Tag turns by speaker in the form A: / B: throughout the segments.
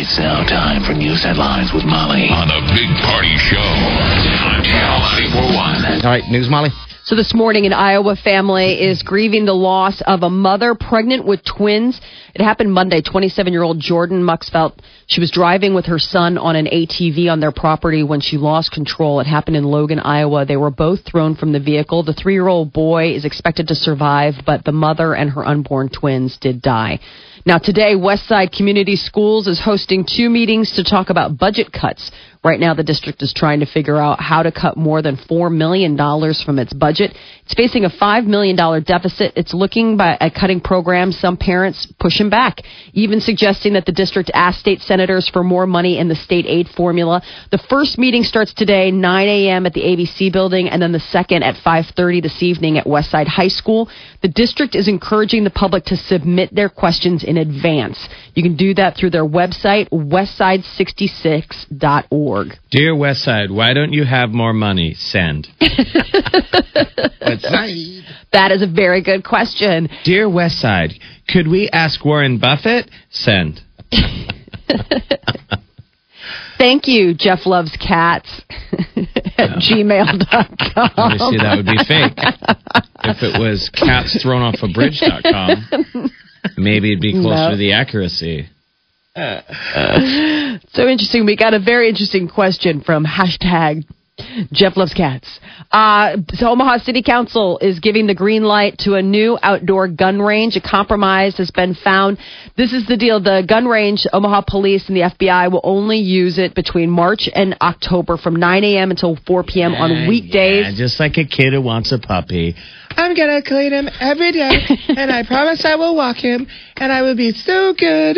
A: It's now time for news headlines with Molly on the Big Party Show on oh Channel 941.
B: All right, news, Molly.
C: So this morning, an Iowa family is grieving the loss of a mother pregnant with twins. It happened Monday. 27-year-old Jordan Muxfelt, she was driving with her son on an ATV on their property when she lost control. It happened in Logan, Iowa. They were both thrown from the vehicle. The three-year-old boy is expected to survive, but the mother and her unborn twins did die. Now today, Westside Community Schools is hosting two meetings to talk about budget cuts. Right now, the district is trying to figure out how to cut more than $4 million from its budget. It's facing a $5 million deficit. It's looking by, at cutting programs. Some parents pushing back, even suggesting that the district ask state senators for more money in the state aid formula. The first meeting starts today, 9 a.m. at the ABC building, and then the second at 5.30 this evening at Westside High School. The district is encouraging the public to submit their questions in advance. You can do that through their website, westside66.org.
D: Dear Westside, why don't you have more money? Send.
B: Westside.
C: That is a very good question.
D: Dear Westside, could we ask Warren Buffett? Send.
C: Thank you, Jeff Loves Cats at gmail.com.
D: Obviously, that would be
B: Oh.
D: fake. If it was cats thrown off a bridge.com, maybe it'd be closer
C: No.
D: to the accuracy.
C: So interesting. We got a very interesting question from hashtag Jeff loves cats. Uh, so Omaha City Council is giving the green light to a new outdoor gun range. A compromise has been found. This is the deal. The gun range, Omaha Police and the FBI will only use it between March and October from 9 a.m. until 4 p.m. on weekdays.
D: Yeah, just like a kid who wants a puppy.
B: I'm going to clean him every day, and I promise I will walk him, and I will be so good.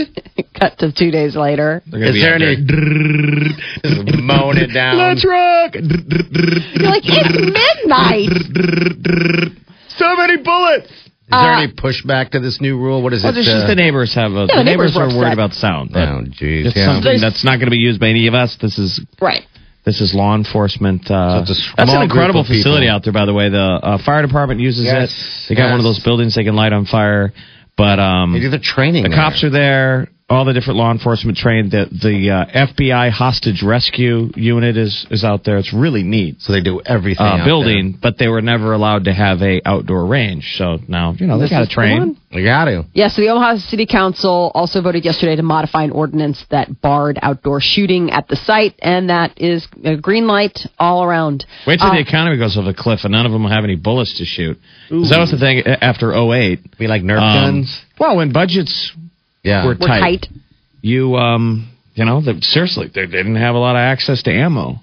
C: Cut to two days later.
D: They're gonna be under-
B: any...
D: Mown it down.
B: Let's rock!
C: You're like, it's midnight.
B: so many bullets!
E: Is there any pushback to this new rule? What is
D: Well,
E: it?
D: it's just
E: uh,
D: the neighbors have. A,
C: Yeah,
D: the neighbors,
C: were
D: are worried
C: upset.
D: about sound. That-
E: Oh, jeez.
D: It's
E: Yeah.
D: something that's not going to be used by any of us. This is
C: Right.
D: This is law enforcement. Uh,
E: So it's a
D: that's
E: small
D: an
E: group
D: incredible
E: of people.
D: facility out there, by the way. The uh, fire department uses
E: Yes,
D: it. They got one of
E: yes.
D: those buildings they can light on fire. But um,
E: They do the training.
D: the cops are there. All the different law enforcement trained. The the uh, FBI hostage rescue unit is is out there. It's really neat
E: So they do everything. out
D: uh,
E: there.
D: building, but they were never allowed to have a outdoor range. So now you know they got to train.
E: They got to.
C: Yeah, so the Omaha City Council also voted yesterday to modify an ordinance that barred outdoor shooting at the site, and that is a green light all around.
D: Wait till
C: Uh,
D: the economy goes off a cliff and none of them will have any bullets to shoot. 'Cause That was the thing uh, after 08.
E: We like Nerf
D: Um,
E: guns.
D: Well, when budgets
E: Yeah.
D: were
C: We're
D: tight.
C: tight.
D: you um you know the, seriously they didn't have a lot of access to ammo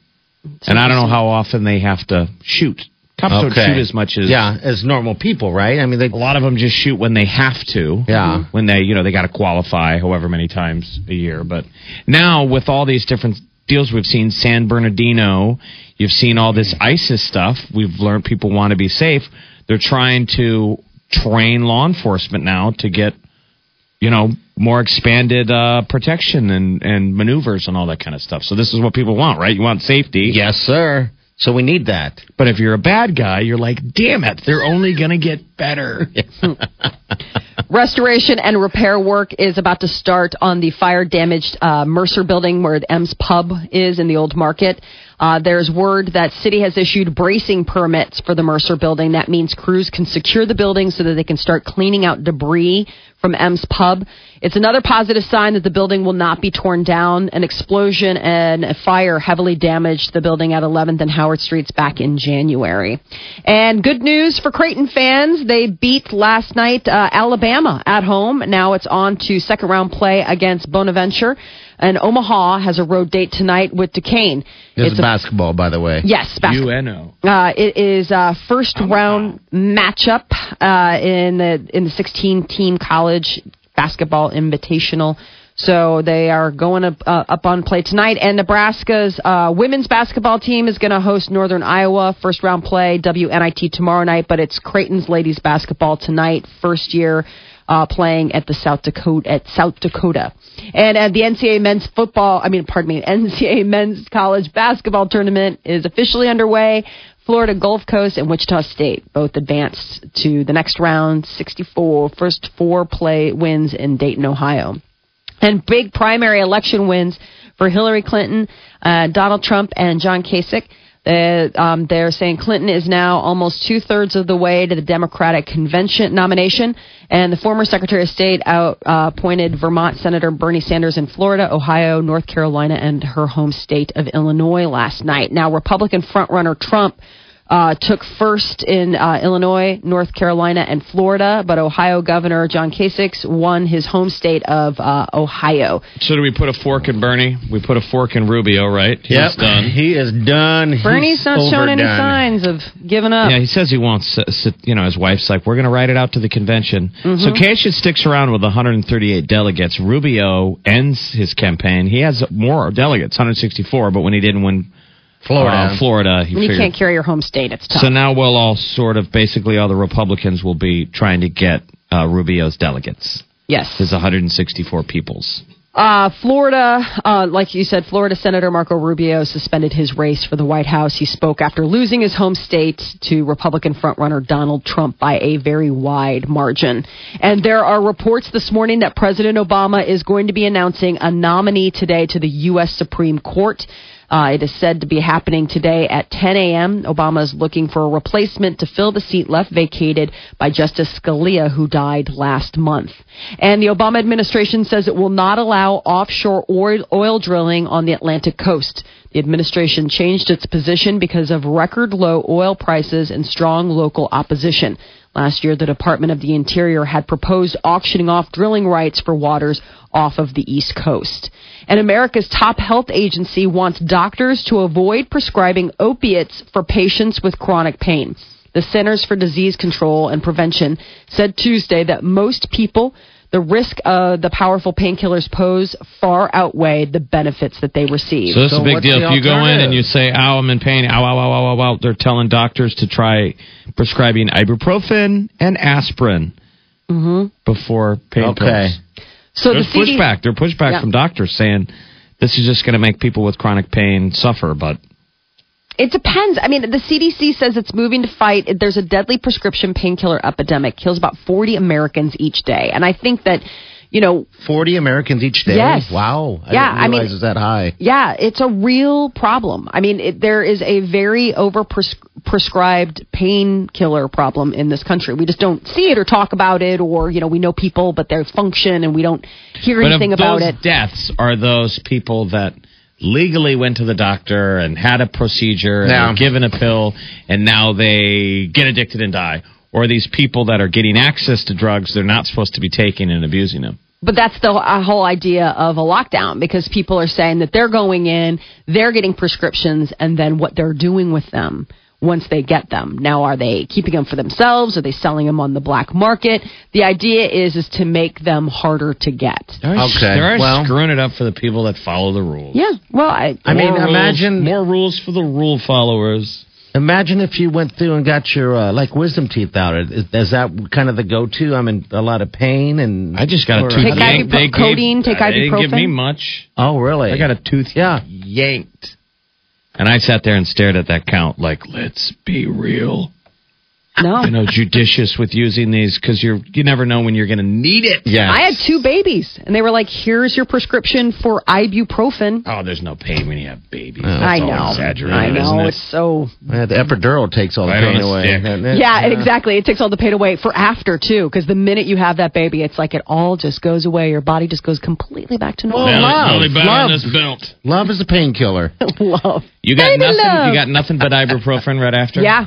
D: and i don't know how often they have to shoot cops don't
E: Okay.
D: shoot as much as
E: yeah, as normal people, right? I mean, they
D: a lot of them just shoot when they have to
E: Yeah.
D: when they you know they got to qualify however many times a year but now with all these different deals we've seen san bernardino you've seen all this isis stuff we've learned people want to be safe they're trying to train law enforcement now to get you know more expanded uh, protection and and maneuvers and all that kind of stuff so this is what people want right you want safety
E: yes, sir. So we need that.
D: but if you're a bad guy you're like damn it they're only going to get better
C: Restoration and repair work is about to start on the fire damaged uh, Mercer building where the M's Pub is in the old market. Uh, there's word that city has issued bracing permits for the Mercer building. That means crews can secure the building so that they can start cleaning out debris from M's Pub. It's another positive sign that the building will not be torn down. An explosion and a fire heavily damaged the building at 11th and Howard Streets back in January. And good news for Creighton fans. They beat last night uh, Alabama at home. Now it's on to second round play against Bonaventure. And Omaha has a road date tonight with Duquesne.
E: This is
C: a-
E: basketball, by the way.
C: Yes, basketball.
D: uno
C: Uh, it is uh, first round matchup uh, in the in the 16 team college basketball invitational. So they are going up, uh, up on play tonight. And Nebraska's uh, women's basketball team is going to host Northern Iowa. First round play, WNIT tomorrow night, but it's Creighton's ladies basketball tonight. First year uh, playing at the South Dakota at South Dakota, and at the NCAA men's football. I mean, pardon me, NCAA men's college basketball tournament is officially underway. Florida Gulf Coast and Wichita State both advanced to the next round. 64 first four play wins in Dayton, Ohio, and big primary election wins for Hillary Clinton, uh, Donald Trump, and John Kasich. Uh, um, they're saying Clinton is now almost two thirds of the way to the Democratic convention nomination, and the former Secretary of State out, uh, appointed Vermont Senator Bernie Sanders in Florida, Ohio, North Carolina, and her home state of Illinois last night. Now, Republican frontrunner Trump uh, took first in uh, Illinois, North Carolina, and Florida, but Ohio Governor John Kasich won his home state of uh, Ohio.
D: So do we put a fork in Bernie? We put a fork in Rubio, right? He's
E: Yep.
D: done.
E: He is done. He's
C: Bernie's not showing any
E: overdone.
C: signs of giving up.
D: Yeah, he says he won't. Sit, sit, you know, his wife's like, "We're going to write it out to the convention." So Kasich sticks around with 138 delegates. Rubio ends his campaign. He has more delegates, 164. But when he didn't win
E: Florida.
D: uh, Florida, he
C: When you
D: figured.
C: can't carry your home state, it's tough.
D: so now we'll all sort of basically all the Republicans will be trying to get uh, Rubio's delegates.
C: yes.
D: His 164 peoples.
C: Uh, Florida, uh, like you said, Florida Senator Marco Rubio suspended his race for the White House. He spoke after losing his home state to Republican frontrunner Donald Trump by a very wide margin. And there are reports this morning that President Obama is going to be announcing a nominee today to the U.S. Supreme Court. Uh, it is said to be happening today at 10 a.m. Obama is looking for a replacement to fill the seat left vacated by Justice Scalia, who died last month. And the Obama administration says it will not allow offshore oil, oil drilling on the Atlantic coast. The administration changed its position because of record low oil prices and strong local opposition. Last year, the Department of the Interior had proposed auctioning off drilling rights for waters off of the East Coast. And America's top health agency wants doctors to avoid prescribing opiates for patients with chronic pain. The Centers for Disease Control and Prevention said Tuesday that most people, the risk of the powerful painkillers pose far outweigh the benefits that they receive.
D: So this is
E: So
D: a big
E: what's
D: deal.
E: the
D: If you go in
E: alternative?
D: and you say, "Ow, I'm in pain," ow, ow, ow, ow, ow, ow, they're telling doctors to try prescribing ibuprofen and aspirin before pain
E: Okay.
D: pills.
C: so
D: There's
C: CD
D: pushback. There's pushback
C: Yeah.
D: from doctors saying this is just going to make people with chronic pain suffer. But
C: It depends. I mean, the CDC says it's moving to fight. There's a deadly prescription painkiller epidemic, kills about 40 Americans each day. And I think that, you know,
E: 40 Americans each day.
C: Yes.
E: Wow. I
C: Yeah,
E: didn't
C: I mean-
E: realize it was that high.
C: yeah, it's a real problem. I mean, it, there is a very over prescribed painkiller problem in this country. We just don't see it or talk about it, or, you know, we know people, but they function and we don't hear
D: but
C: anything
D: if
C: about
D: those
C: it.
D: deaths are those people that legally went to the doctor and had a procedure and
E: Yeah.
D: were given a pill and now they get addicted and die, or these people that are getting access to drugs they're not supposed to be taking and abusing them.
C: But that's the uh, whole idea of a lockdown because people are saying that they're going in, they're getting prescriptions, and then what they're doing with them once they get them. Now, are they keeping them for themselves? Are they selling them on the black market? The idea is is to make them harder to get.
E: Okay,
D: They're
E: well-
D: screwing it up for the people that follow the rules.
C: Yeah. Well, I,
E: I mean,
D: More rules-
E: imagine-
D: more rules for the rule followers.
E: Imagine if you went through and got your uh, like wisdom teeth out. Is, is that kind of the go-to? I'm in a lot of pain, and
D: I just got a
E: Or-
D: tooth
C: Take
D: yanked.
C: ibupro-
D: They gave-
C: codeine, take
D: They didn't give
C: ibuprofen?
D: me much.
E: Oh, really?
D: I got a tooth
E: Yeah.
D: yanked. And I sat there and stared at that count like, let's be real.
C: no.
D: You know, judicious with using these because you're you never know when you're going to need it.
E: Yes.
C: I had two babies, and they were like, "Here's your prescription for ibuprofen."
D: Oh, there's no pain when you have babies.
C: I
D: That's all
C: know.
D: Exaggerated,
C: I know.
D: Isn't it?
C: It's so
E: Yeah, the epidural takes all the
D: Right on
E: pain
D: a
E: away.
D: stick.
E: doesn't it?
C: Yeah, exactly. It takes all the pain away for after too, because the minute you have that baby, it's like it all just goes away. Your body just goes completely back to normal.
D: Belly-
E: love,
D: belly button on
E: Oh, love.
D: this belt.
E: Love is a painkiller.
C: Love.
D: You got
C: Baby
D: nothing.
C: love.
D: You got nothing but ibuprofen right after.
C: Yeah,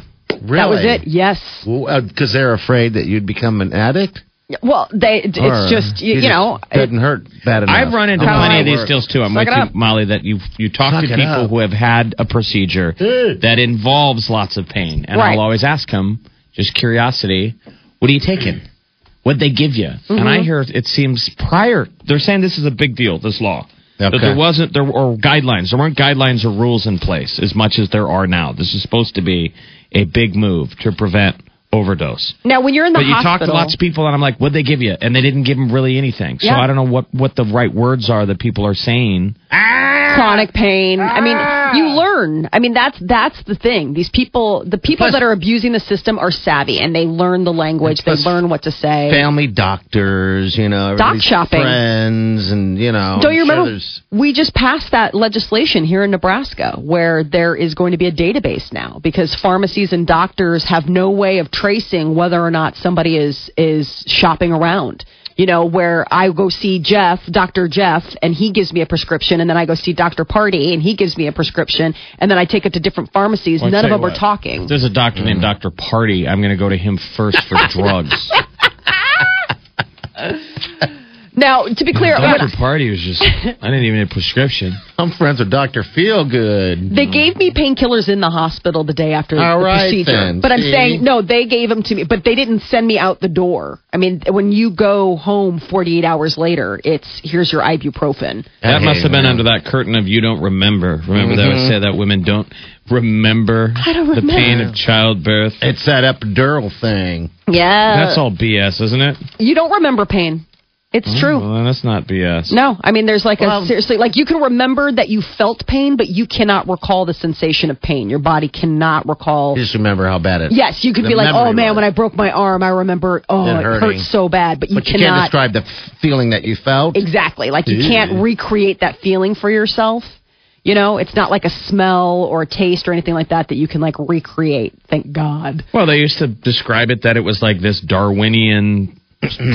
E: Really?
C: that was it. Yes.
E: Because uh, they're afraid that you'd become an addict.
C: Well, they. It's
E: Or
C: just you, you
E: just
C: know.
E: doesn't hurt bad enough.
D: I've run into
E: Oh,
D: plenty
E: my
D: of these
E: word.
D: deals too. I'm
C: Suck
D: with
C: it
D: you,
C: up.
D: Molly. That you you talk
E: Suck
D: to
E: it
D: people
E: up.
D: who have had a procedure
E: Dude.
D: that involves lots of pain, and
C: Right.
D: I'll always ask them, just curiosity, what are you taking? what they give you. And I hear it seems prior. They're saying this is a big deal. This law. That
E: Okay.
D: there wasn't there or guidelines. There weren't guidelines or rules in place as much as there are now. This is supposed to be a big move to prevent overdose.
C: Now, when you're in the
D: But you talk
C: hospital,
D: to lots of people, and I'm like, what'd they give you? And they didn't give them really anything. So
C: Yeah.
D: I don't know what, what the right words are that people are saying.
C: chronic pain. I mean, you learn. I mean, that's that's the thing. These people, the people
E: Plus-
C: that are abusing the system, are savvy and they learn the language. They
E: Plus-
C: learn what to say.
E: Family doctors, you know, everybody's
C: shopping.
E: friends, and you know.
C: Don't you
E: I'm sure
C: remember?
E: there's-
C: we just passed that legislation here in Nebraska where there is going to be a database now because pharmacies and doctors have no way of tracing whether or not somebody is is shopping around. You know, where I go see Jeff, Dr. Jeff, and he gives me a prescription, and then I go see Dr. Party, and he gives me a prescription, and then I take it to different pharmacies. None of them are talking.
D: There's a doctor named Dr. Party. I'm going to go to him first for drugs.
C: Now, to be clear, when
D: Dr. Party was just, I didn't even need a prescription.
E: I'm friends with Doctor Feelgood.
C: They gave me painkillers in the hospital the day after
E: All
C: the
E: right,
C: procedure.
E: then.
C: But I'm
E: See?
C: saying no, they gave them to me, but they didn't send me out the door. I mean, when you go home 48 hours later, it's here's your ibuprofen.
D: That
E: Hey,
D: must have been
E: man.
D: under that curtain of you don't remember. Remember they would say that women don't remember,
C: don't
D: the pain
C: remember.
D: of childbirth.
E: It's that epidural thing.
C: Yeah,
D: That's all BS, isn't it?
C: You don't remember pain. It's
E: Mm.
C: true.
D: Well, then that's not BS.
C: No, I mean, there's like a seriously, like you can remember that you felt pain, but you cannot recall the sensation of pain. Your body cannot recall.
E: You just remember how bad it.
C: Yes, you could
E: the
C: be like,
E: memory
C: oh man,
E: was.
C: when I broke my arm, I remember, oh,
E: It
C: it,
E: hurting.
C: hurt so bad, but you
E: But you can't
C: cannot
E: describe the f- feeling that you felt.
C: Exactly. Like you
E: Ew.
C: can't recreate that feeling for yourself. You know, it's not like a smell or a taste or anything like that that you can like recreate. Thank God.
D: Well, they used to describe it that it was like this Darwinian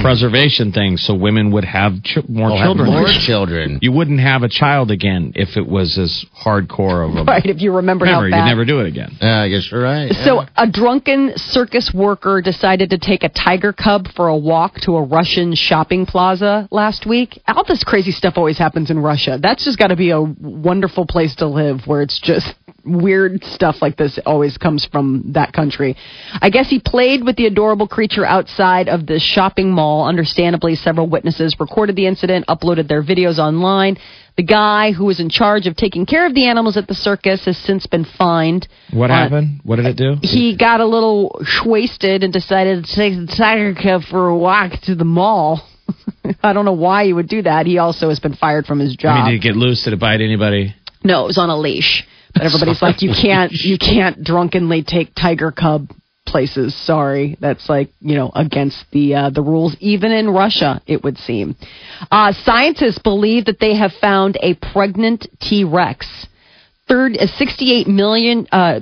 D: preservation thing, so women would have ch- more
E: I'll have
D: children.
E: more children.
D: You wouldn't have a child again if it was as hardcore of a
C: Right. If you remember
D: memory.
C: how
D: You'd
C: bad.
D: never do it again.
E: Yeah, I guess Uh, you're right.
C: so a drunken circus worker decided to take a tiger cub for a walk to a Russian shopping plaza last week. All this crazy stuff always happens in Russia. That's just got to be a wonderful place to live where it's just weird stuff like this always comes from that country. I guess he played with the adorable creature outside of the shopping mall. Understandably, several witnesses recorded the incident, uploaded their videos online. The guy who was in charge of taking care of the animals at the circus has since been fined. Uh,
D: What
C: on-
D: happened? What did it do?
C: he got a little wasted and decided to take the tiger cub for a walk to the mall. I don't know why he would do that. He also has been fired from his job.
D: I mean, did it get loose? Did it bite anybody?
C: no, it was on a leash. But everybody's like, you can't, you can't drunkenly take tiger cub places. Sorry, that's like you know against the uh, the rules, even in Russia, it would seem. Uh, scientists believe that they have found a pregnant T Rex third a 68 million uh,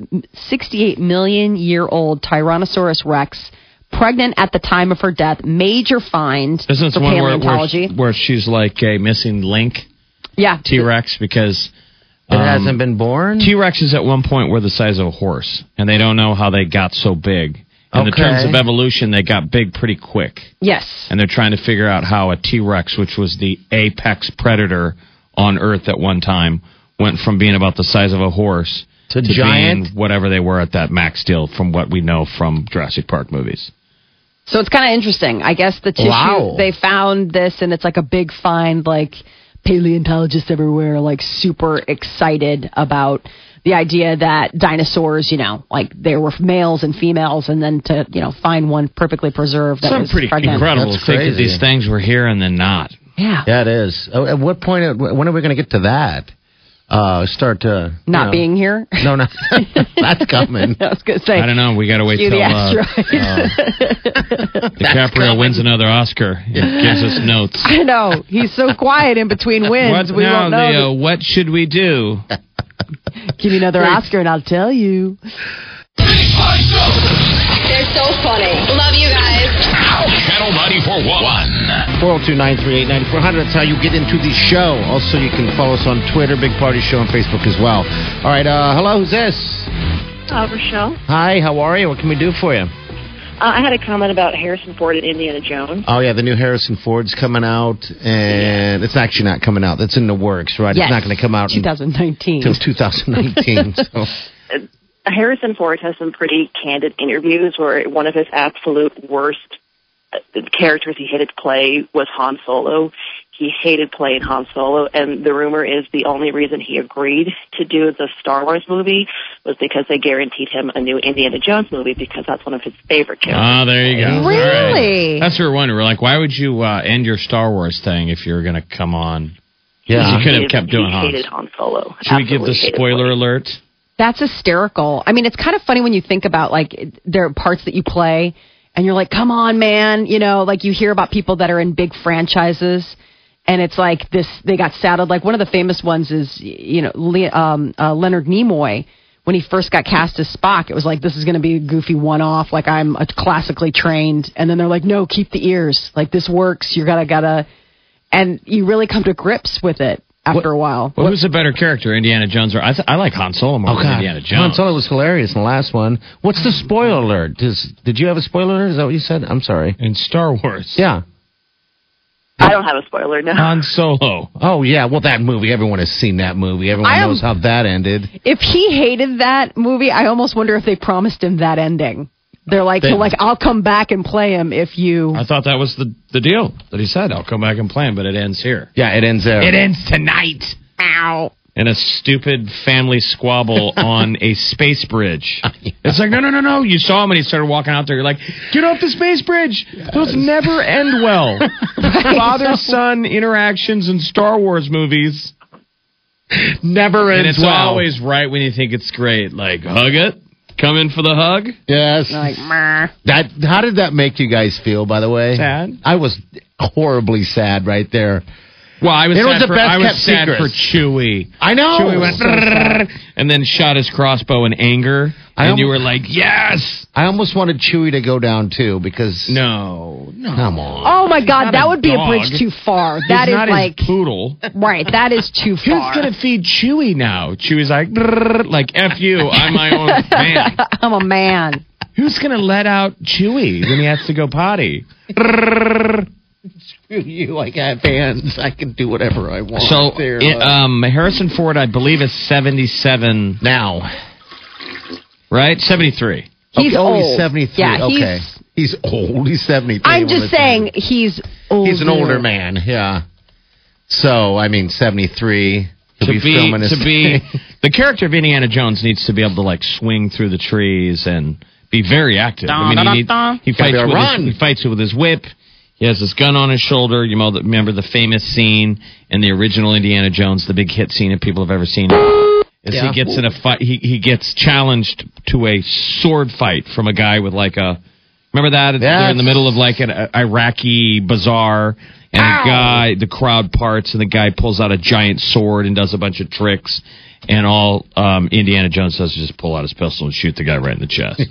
C: 68 million year old Tyrannosaurus Rex pregnant at the time of her death major find
D: Isn't this
C: for
D: one where, where,
C: paleontology
D: where she's like a missing link
C: yeah
D: T Rex because
E: it hasn't been born.
D: T Rex is at one point were the size of a horse, and they don't know how they got so big. In the
E: Okay.
D: terms of evolution, they got big pretty quick,
C: yes
D: and they're trying to figure out how a T Rex, which was the apex predator on Earth at one time, went from being about the size of a horse
E: To
D: being
E: giant?
D: whatever they were at that max deal, from what we know from Jurassic Park movies.
C: so it's kind of interesting I guess the tissue
E: Wow.
C: they found this and it's like a big find like paleontologists everywhere are like super excited about the idea that dinosaurs you know like there were males and females and then to you know find one perfectly preserved that
D: Some
C: was
D: pretty
C: pregnant.
D: incredible to
E: That's
D: think that
E: crazy.
D: these things were here and then not.
C: yeah
E: Yeah, it is. Oh, At what point? When are we going to get to that? Uh, start to you
C: not
E: know-
C: being here
E: No, no, that's coming.
C: I was gonna say.
D: I don't know. We got to wait
C: Cue
D: till
C: the
D: uh,
C: asteroid.
D: DiCaprio wins another Oscar. and gives us notes.
C: I know he's so quiet in between wins.
D: What
C: we
D: now?
C: won't know.
D: The, uh, what should we do?
C: Give me another Oscar, and I'll tell you.
F: They're so funny. Love you guys.
A: Channel 941.
E: 402-938-9400. That's how you get into the show. Also, you can follow us on Twitter, Big Party Show, and Facebook as well. All right. Uh, hello, who's this?
G: Uh, Rochelle,
E: Hi, how are you? What can we do for you?
G: uh, I had a comment about Harrison Ford and Indiana Jones.
E: Oh yeah, the new Harrison Ford's coming out, and it's actually not coming out. That's in the works, right? It's not going to come out until
C: 2019.
E: 2019. so.
G: Harrison Ford has some pretty candid interviews where one of his absolute worst the characters he hated to play was Han Solo. He hated playing Han Solo, and the rumor is the only reason he agreed to do the Star Wars movie was because they guaranteed him a new Indiana Jones movie because that's one of his favorite characters.
D: Ah, there you go. All right.
C: Really?
D: That's what we're wondering. We're like, why would you uh, end your Star Wars thing if you're going to come on?
E: Yeah.
D: you could
G: He-
D: have kept doing
G: he
D: Han.
G: hated Han Solo.
D: Should we give the
G: Absolutely hated
D: spoiler
G: playing.
D: alert?
C: That's hysterical. I mean, it's kind of funny when you think about like it- there are parts that you play and you're like, come on, man. You know, like you hear about people that are in big franchises and it's like this, they got saddled. Like one of the famous ones is, you know, Le- um, uh, Leonard Nimoy. When he first got cast as Spock, it was like, this is going to be a goofy one off. Like I'm a classically trained. And then they're like, no, keep the ears. Like this works. You're going to, got to. And you really come to grips with it after a while.
D: Well, who's a better character, Indiana Jones or I? Th- I like Han Solo more
E: Oh
D: than
E: God!
D: Indiana Jones.
E: Han Solo was hilarious in the last one. What's the spoiler alert? Does, did you have a spoiler alert? Is that what you said? I'm sorry.
D: in Star Wars.
E: Yeah.
G: I don't have a spoiler now.
D: Han Solo.
E: Oh yeah. Well, that movie. Everyone has seen that movie. Everyone
C: I am-
E: knows how that ended.
C: if he hated that movie, I almost wonder if they promised him that ending. They're like,
E: They-
C: they're like, I'll come back and play him if you.
D: I thought that was the, the deal that he said. I'll come back and play him, but it ends here.
E: Yeah, it ends there.
D: It ends tonight. Ow. In a stupid family squabble on a space bridge. It's like, no, no, no, no. You saw him and he started walking out there. You're like, get off the space bridge. Those never end well. Father son interactions in Star Wars movies.
E: never
D: And
E: ends
D: it's
E: well.
D: always right when you think it's great. Like, hug it. Come in for the hug.
E: yes.
C: Like, meh.
E: That how did that make you guys feel? By the way,
D: Sad.
E: I was horribly sad right there.
D: Well, I was
E: It
D: sad
E: was the
D: for,
E: best
D: I
E: kept
D: was sad
E: secret.
D: for Chewie.
E: I know.
D: Chewie went "Brrr," and then shot his crossbow in anger,
E: I
D: and
E: am-
D: you were like, "Yes,
E: I almost wanted Chewie to go down too because
D: no, no."
E: come on.
C: Oh my God,
D: not
C: that
D: a
C: would be a
D: dog.
C: bridge too far. That
D: He's
C: is
D: not
C: like,
D: his poodle. Who's
C: right, that is too far.
D: gonna feed Chewie now? Chewie's like, "Brrr," like f you, I'm my own man.
C: I'm a man.
D: Who's gonna let out Chewie when he has to go potty?
E: Screw you! I got fans. I can do whatever I want.
D: So,
E: there,
D: it-
E: uh,
D: um, Harrison Ford, I believe, is seventy-seven,
E: now
D: right? Seventy-three.
C: He's
E: okay, oh,
C: old.
E: he's seventy three.
C: Yeah,
E: okay,
C: he's-
E: he's, old. He's seventy three.
C: I'm just saying, he's older.
E: he's an older man. Yeah. So I mean, seventy three.
D: to be,
E: filming
D: to
E: his
D: be
E: thing.
D: the character of Indiana Jones needs to be able to like swing through the trees and be very active. I mean, he, need- he
E: Gotta
D: fights
E: be a
D: with
E: run.
D: his, he fights with his whip. He has his gun on his shoulder. You know, the- remember the famous scene in the original Indiana Jones, the big hit scene that people have ever seen. Is
E: Yeah.
D: he gets in a fight? He he gets challenged to a sword fight from a guy with like a. Remember that? They're in the
E: Yes.
D: middle of like an uh, Iraqi bazaar, and a guy, the crowd parts, and the guy pulls out a giant sword and does a bunch of tricks, and all um, Indiana Jones does is just pull out his pistol and shoot the guy right in the chest,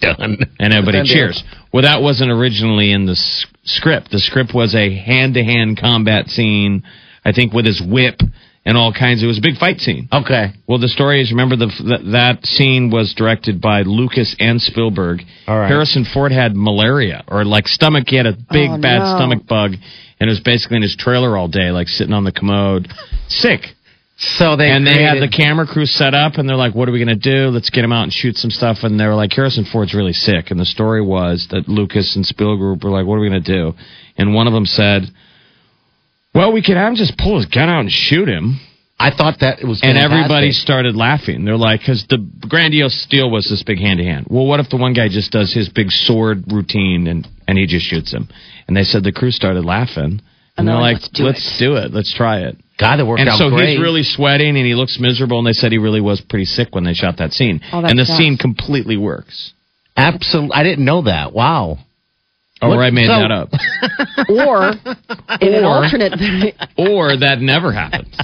E: done.
D: and everybody
E: Done deal.
D: cheers. Well, that wasn't originally in the s- script. The script was a hand-to-hand combat scene, I think, with his whip and all kinds. It was a big fight scene.
E: Okay.
D: Well, the story is remember the, that that scene was directed by Lucas and Spielberg.
E: All right.
D: Harrison Ford had malaria or like stomach. He had a big
C: Oh,
D: bad
C: no.
D: stomach bug, and it was basically in his trailer all day, like sitting on the commode, sick.
E: So they
D: And they had the
E: created-
D: camera crew set up, and they're like, "What are we gonna do? Let's get him out and shoot some stuff." And they were like, "Harrison Ford's really sick." And the story was that Lucas and Spielberg were like, "What are we gonna do?" And one of them said, "Well, we could have him just pull his gun out and shoot him."
E: I thought that it was
D: And
E: fantastic.
D: everybody started laughing. They're like, because the grandiose deal was this big hand to hand. Well, what if the one guy just does his big sword routine and, and he just shoots him? And they said the crew started laughing. And, they're like, let's, do, it. Let's try it.
E: God that worked
D: and
E: out
D: so
E: great.
D: he's really sweating and he looks miserable. And they said he really was pretty sick when they shot that scene.
C: Oh, that
D: and the
C: sucks.
D: scene completely works.
E: Absolutely, I didn't know that. Wow.
D: Or I made
E: so-
D: that up.
C: Or, in an alternate,
D: Or that never happened.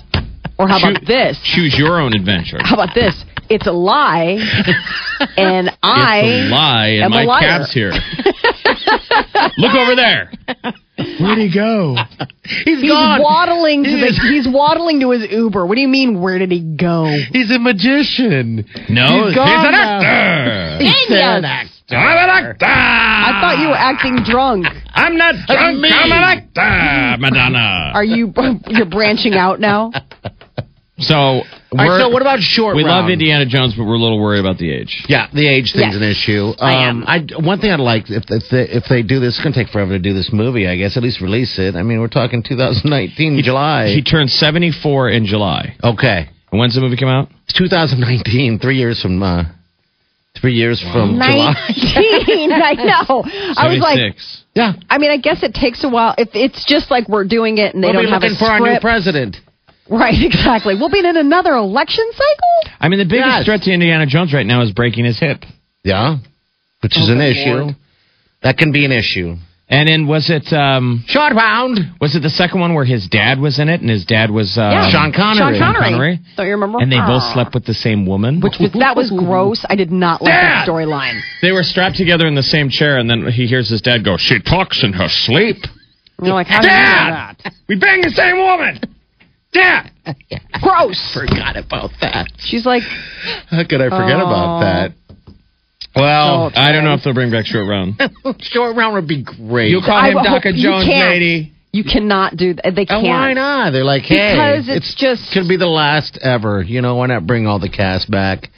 C: or how about
D: Shoot.
C: this?
D: Choose your own adventure.
C: How about this? It's a lie, and I
D: It's a lie,
C: am
D: and my
C: a liar.
D: cat's here. Look over there. Where'd he go?
C: He's waddling to the, he's waddling to his Uber. What do you mean? Where did he go?
E: He's a magician.
D: No, he's,
E: gone
D: an
E: now.
D: actor.
E: He's an actor.
D: I'm an actor.
C: I thought you were acting drunk.
D: I'm not drunk.
E: me.
D: I'm an actor, Madonna.
C: Are you you're branching out now?
D: so
E: All right,
D: We're-
E: so what about short
D: We
E: round?
D: love Indiana Jones, but we're a little worried about the age.
E: Yeah, the age thing's
C: Yes,
E: an issue.
C: I am.
E: Um, I one thing I'd like if if they, if they do this, it's going to take forever to do this movie. I guess at least release it. I mean, we're talking 2019 July.
D: He turned 74 in July.
E: okay,
D: And when's the movie come out?
E: it's 2019, three years from uh, three years from July.
C: 19. I know. I was like,
D: 76.
E: Yeah,
C: I mean, I guess it takes a while. If it's just like we're doing it and they
E: we'll be
C: don't have a
E: looking for our new
C: script,
E: president.
C: right? Exactly. We'll be in another election cycle.
D: I mean, the biggest
E: Yes.
D: threat to Indiana Jones right now is breaking his hip.
E: Yeah, which is an issue. That can be an issue.
D: And then was it um
E: Short round.
D: was it the second one where his dad was in it and his dad was uh,
C: Yeah.
E: Oh. Sean Connery.
C: Sean Connery.
D: Connery?
C: Don't you remember?
D: and they both
C: Aw.
D: slept with the same woman?
C: Which was, that was gross. I did not like that storyline.
D: they were strapped together in the same chair, and then he hears his dad go, "She talks in her sleep."
C: And You're like, how did you
D: Dad,
C: do that?
D: we bang the same woman. Dad,
C: Gross.
E: Forgot about that.
C: She's like,
E: How could I forget about
C: Oh.
E: that? Well,
D: I don't know if they'll bring back short round.
E: Oh. short round would be great.
D: You call
C: I
D: him
C: hope-
D: Dr.
C: you
D: Jones,
C: can't.
D: lady.
C: you cannot do that. They
E: And
C: can't.
E: why not? They're like, hey,
C: Because it's just-
E: could be the last ever. You know, why not bring all the cast back?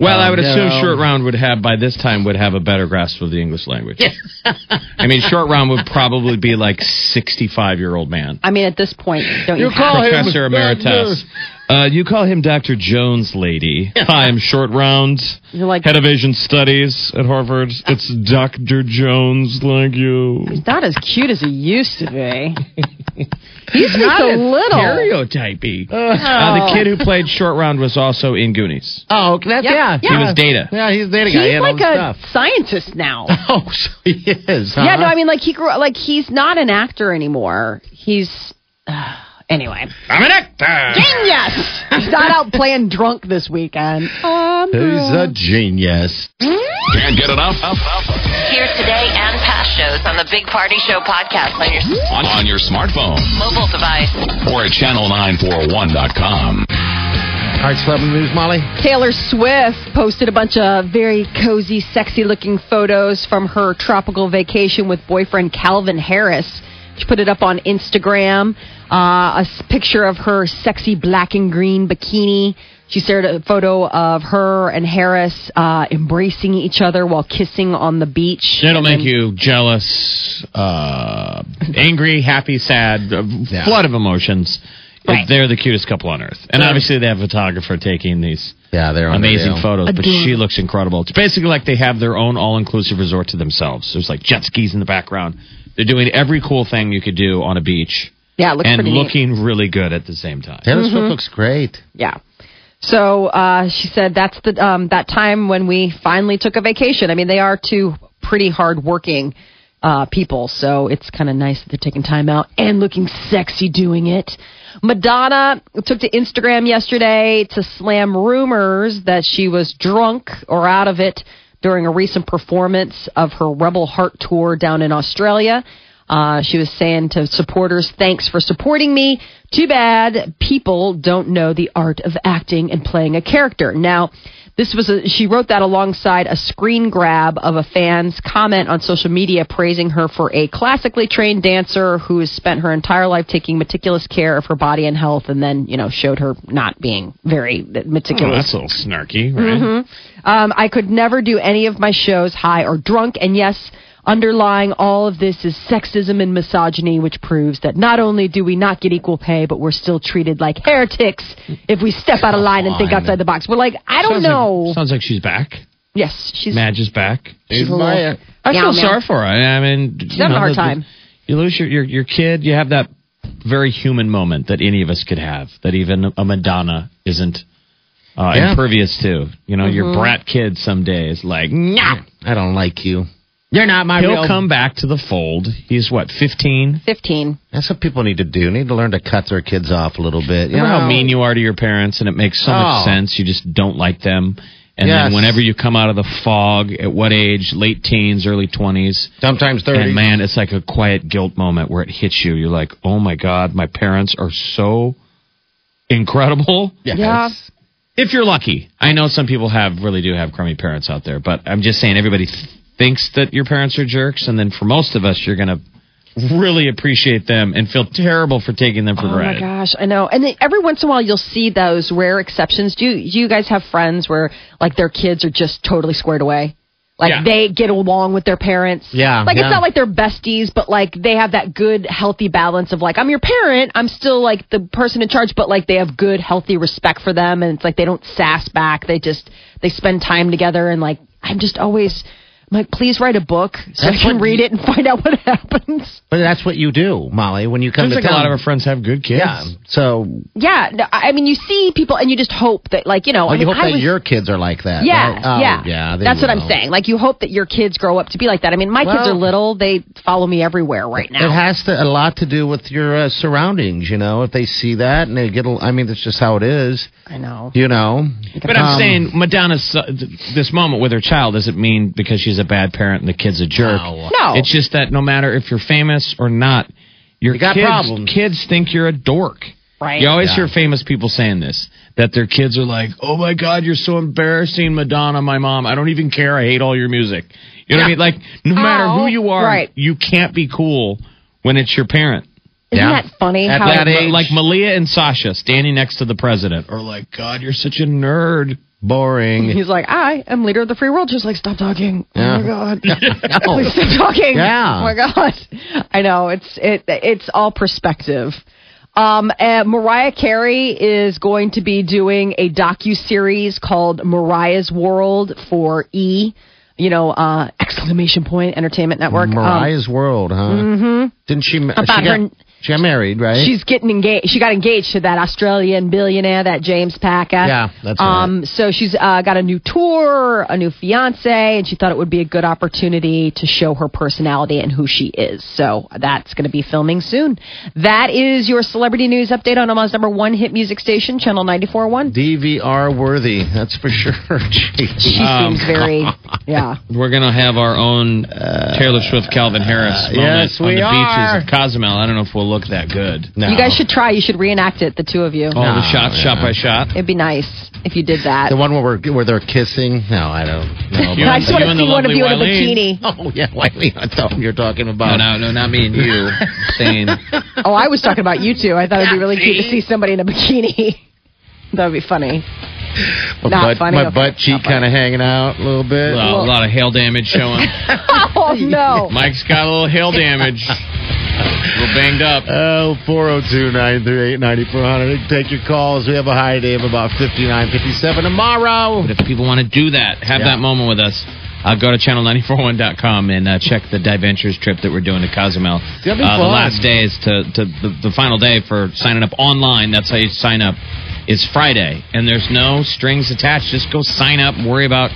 D: Well, I would
E: Um,
D: assume
E: no.
D: short round would have by this time would have a better grasp of the English language. I mean, short round would probably be like sixty-five year old man.
C: I mean, at this point, don't you,
E: You
C: have
E: call him
D: Professor Emeritus. Uh, you call him Dr. Jones, lady. Hi, I'm Short Round,
C: You're like-
D: head of Asian Studies at Harvard. It's Dr. Jones, like you.
C: not as cute as he used to be. He's just a little.
D: Stereotypy. Uh, the kid who played Short Round was also in Goonies.
E: Oh, okay, that's, yeah.
C: Yeah,
D: He was Data.
E: Yeah, he's the data guy. He
C: He's
E: had all
C: like
E: the
C: a
E: stuff.
C: scientist now.
E: Oh, so he is. Huh?
C: Yeah, no, I mean, like he grew, like he's not an actor anymore. He's anyway.
D: I'm an actor.
C: Yes, he's not out playing drunk this weekend. Um,
E: He's a genius.
A: Can't get enough?
F: Hear today and past shows on the Big Party Show podcast on your
A: On, on your smartphone
F: mobile device.
A: or at channel941.com.
E: All right, celebrity news, Molly.
C: Taylor Swift posted a bunch of very cozy, sexy-looking photos from her tropical vacation with boyfriend Calvin Harris. She put it up on Instagram. Uh, a s- picture of her sexy black and green bikini. She shared a photo of her and Harris uh, embracing each other while kissing on the beach.
D: It'll make you jealous, uh, angry, happy, sad, a flood of emotions.
C: Right.
D: They're the cutest couple on earth. And obviously, they have a photographer taking these.
E: Yeah, they're on the
D: amazing
E: deal.
D: photos, but
C: Adorable.
D: she looks incredible. It's basically like they have their own all-inclusive resort to themselves. There's like jet skis in the background. They're doing every cool thing you could do on a beach
C: Yeah, it looks
D: and
C: pretty neat.
D: looking really good at the same time.
E: Taylor Swift looks great.
C: Yeah. So uh, she said that's the um, that time when we finally took a vacation. I mean, they are two pretty hardworking uh, people, so it's kind of nice that they're taking time out and looking sexy doing it. Madonna took to Instagram yesterday to slam rumors that she was drunk or out of it during a recent performance of her Rebel Heart tour down in Australia. Uh, she was saying to supporters, thanks for supporting me. Too bad people don't know the art of acting and playing a character. Now, this was a, she wrote that alongside a screen grab of a fan's comment on social media praising her for a classically trained dancer who has spent her entire life taking meticulous care of her body and health and then, you know, showed her not being very
D: Oh,
C: meticulous.
D: that's a little snarky, right?
C: Um, I could never do any of my shows high or drunk. And yes, underlying all of this is sexism and misogyny, which proves that not only do we not get equal pay, but we're still treated like heretics if we step out of line and think
E: on.
C: outside the box. We're like, I don't
D: Sounds
C: know.
D: Like, sounds like she's back.
C: yes, she's
D: Madge is back.
E: She's
C: a little-
E: my-
D: I
C: Meow,
D: feel
C: meow.
D: sorry for her. I I mean, she's
C: having a hard time.
D: You lose your, your your kid. You have that very human moment that any of us could have. That even a Madonna isn't uh,
E: Yeah.
D: impervious to. You know,
C: Mm-hmm.
D: your brat kid someday is like, nah.
E: I don't like you. You're not my
D: He'll
E: real.
D: come back to the fold. He's what, 15?
C: 15.
E: That's what people need to do. Need to learn to cut their kids off a little bit. You
D: Remember
E: know
D: how mean you are to your parents, and it makes so much
E: Oh.
D: sense. You just don't like them. And
E: Yes.
D: then whenever you come out of the fog, at what age? Late teens, early 20s.
E: Sometimes thirty.
D: And man, it's like a quiet guilt moment where it hits you. You're like, oh my God, my parents are so incredible.
E: Yes.
C: Yeah.
D: If you're lucky. I know some people have really do have crummy parents out there, but I'm just saying everybody th- thinks that your parents are jerks, and then for most of us, you're going to really appreciate them and feel terrible for taking them for
C: Oh my
D: granted.
C: gosh, I know. And then every once in a while, you'll see those rare exceptions. Do you, do you guys have friends where like their kids are just totally squared away? Like
D: Yeah.
C: they get along with their parents.
E: Yeah,
C: Like
E: yeah.
C: it's not like they're besties, but like they have that good, healthy balance of like I'm your parent, I'm still like the person in charge, but like they have good, healthy respect for them, and it's like they don't sass back. They just they spend time together, and like I'm just always. I'm like, please write a book so
E: That's
C: I can
E: what
C: read
E: you-
C: it and find out what happens.
E: But that's what you do, Molly, when you come
D: Seems
E: to
D: like a
E: town.
D: lot of our friends have good kids.
E: yeah. So
C: Yeah, no, I I mean, you see people, and you just hope that, like, you know,
E: well,
C: I
E: Oh, you
C: mean,
E: hope
C: I
E: that
C: was-
E: your kids are like that.
C: yeah,
E: right? Oh,
C: yeah,
E: yeah. they
C: That's what I'm
E: will.
C: saying. Like, you hope that your kids grow up to be like that. I mean, my kids
E: Well-
C: are little; they follow me everywhere right now.
E: It has to, a lot to do with your uh, surroundings, you know. If they see that and they get, a- I mean, that's just how it is,
C: I know.
E: you know.
D: But I'm saying Madonna's uh, th- this moment with her child doesn't mean because she's a bad parent and the kid's a jerk.
E: No.
C: No.
D: It's just that no matter if you're famous or not, your
E: You got
D: kids,
E: problems.
D: kids think you're a dork.
C: Right.
D: You always
E: Yeah.
D: hear famous people saying this that their kids are like, "Oh my god, you're so embarrassing, Madonna, my mom. I don't even care. I hate all your music." You know what I mean? Like no matter
C: Oh,
D: who you are,
C: right.
D: you can't be cool when it's your parent.
C: Isn't
E: Yeah.
C: that funny?
E: At
C: how
E: that
D: Like,
E: age-
D: like Malia and Sasha standing next to the president are like, "God, you're such a nerd."
E: Boring.
C: he's like, I am leader of the free world. Just like, stop talking.
E: Yeah.
C: Oh my god.
E: No.
C: Please stop talking.
E: Yeah.
C: Oh my god. I know it's it it's all perspective. Um, uh, Mariah Carey is going to be doing a docu series called Mariah's World for E, you know, uh, exclamation point Entertainment Network. Um,
E: Mariah's World, huh? Mm-hmm. Didn't she? About she, got,
C: her-
E: she got married, right?
C: She's getting engaged. She got engaged to that Australian billionaire, that James Packer.
E: Yeah, that's right.
C: um. So she's uh, got a new tour, a new fiance, and she thought it would be a good opportunity to show her personality and who she is. So that's going to be filming soon. That is your celebrity news update on Omaha's number one hit music station, Channel 94.1.
E: DVR worthy, that's for sure. Jeez.
C: She seems very, yeah.
D: We're gonna have our own uh, Taylor Swift, Calvin Harris moment
E: Uh, yes,
D: on
E: we
D: the
E: are.
D: beaches of Cozumel. I don't know if we'll look that good.
E: No.
C: You guys should try. You should reenact it, the two of you.
D: All the
E: No,
D: shots,
E: yeah.
D: shot by shot.
C: It'd be nice if you did that.
E: The one where we're where they're kissing? No, I don't know.
D: You
C: I
E: about
C: just
D: You
C: want to
D: and the
C: see one of
D: lovely
C: you in a
D: Wileen.
C: bikini.
E: that. Oh yeah, why we? I thought you're talking
D: No,
E: about.
D: no, no, not me and you. I'm saying
C: Oh, I was talking about you two. I thought it'd be really cute to see somebody in a bikini. that would be funny.
E: My
C: Not
E: butt,
C: funny,
E: My
C: okay,
E: butt cheek
C: not funny.
E: kind of hanging out a little bit.
D: well, a lot of hail damage showing.
C: Oh no!
D: Mike's got a little hail damage. A little banged up.
E: Oh, 402-938-9400. Take your calls. We have a high day of about 59.57 tomorrow.
D: But if people want to do that, have
E: Yeah.
D: that moment with us. Uh, go to channel941.com and uh, check the Diventures trip that we're doing to Cozumel.
E: That'd be
D: uh, the
E: fun.
D: last day is to, to the, the final day for signing up online. That's how you sign up. Is Friday, and there's no strings attached. Just go sign up. and Worry about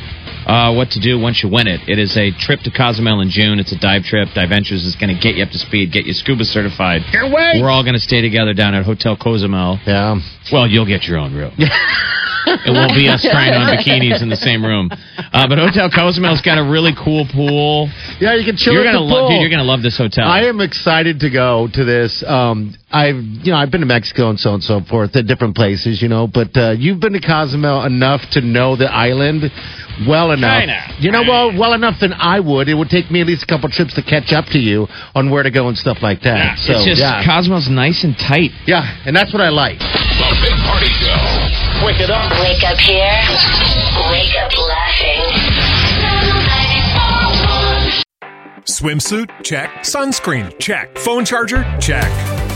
D: uh, what to do once you win it. It is a trip to Cozumel in June. It's a dive trip. Diventures is going to get you up to speed, get you scuba certified. We're all going to stay together down at Hotel Cozumel.
E: Yeah.
D: Well, you'll get your own room. it won't be us trying on bikinis in the same room. Uh, but Hotel Cozumel's got a really cool pool.
E: Yeah, you can chill
D: You're
E: at
D: gonna
E: the
D: love,
E: pool.
D: dude. You're gonna love this hotel.
E: I am excited to go to this. Um, I've you know I've been to Mexico and so on and so forth at different places, you know. But uh, you've been to Cozumel enough to know the island well enough.
D: Kinda.
E: You know well well enough than I would. It would take me at least a couple trips to catch up to you on where to go and stuff like that.
D: it's
E: so
D: just
E: yeah,
D: Cozumel's nice and tight.
E: yeah, and that's what I like.
A: The Big Party Show. Wake it up.
F: Wake up here. Wake up laughing.
H: Swimsuit? Check. Sunscreen? Check. Phone charger? Check.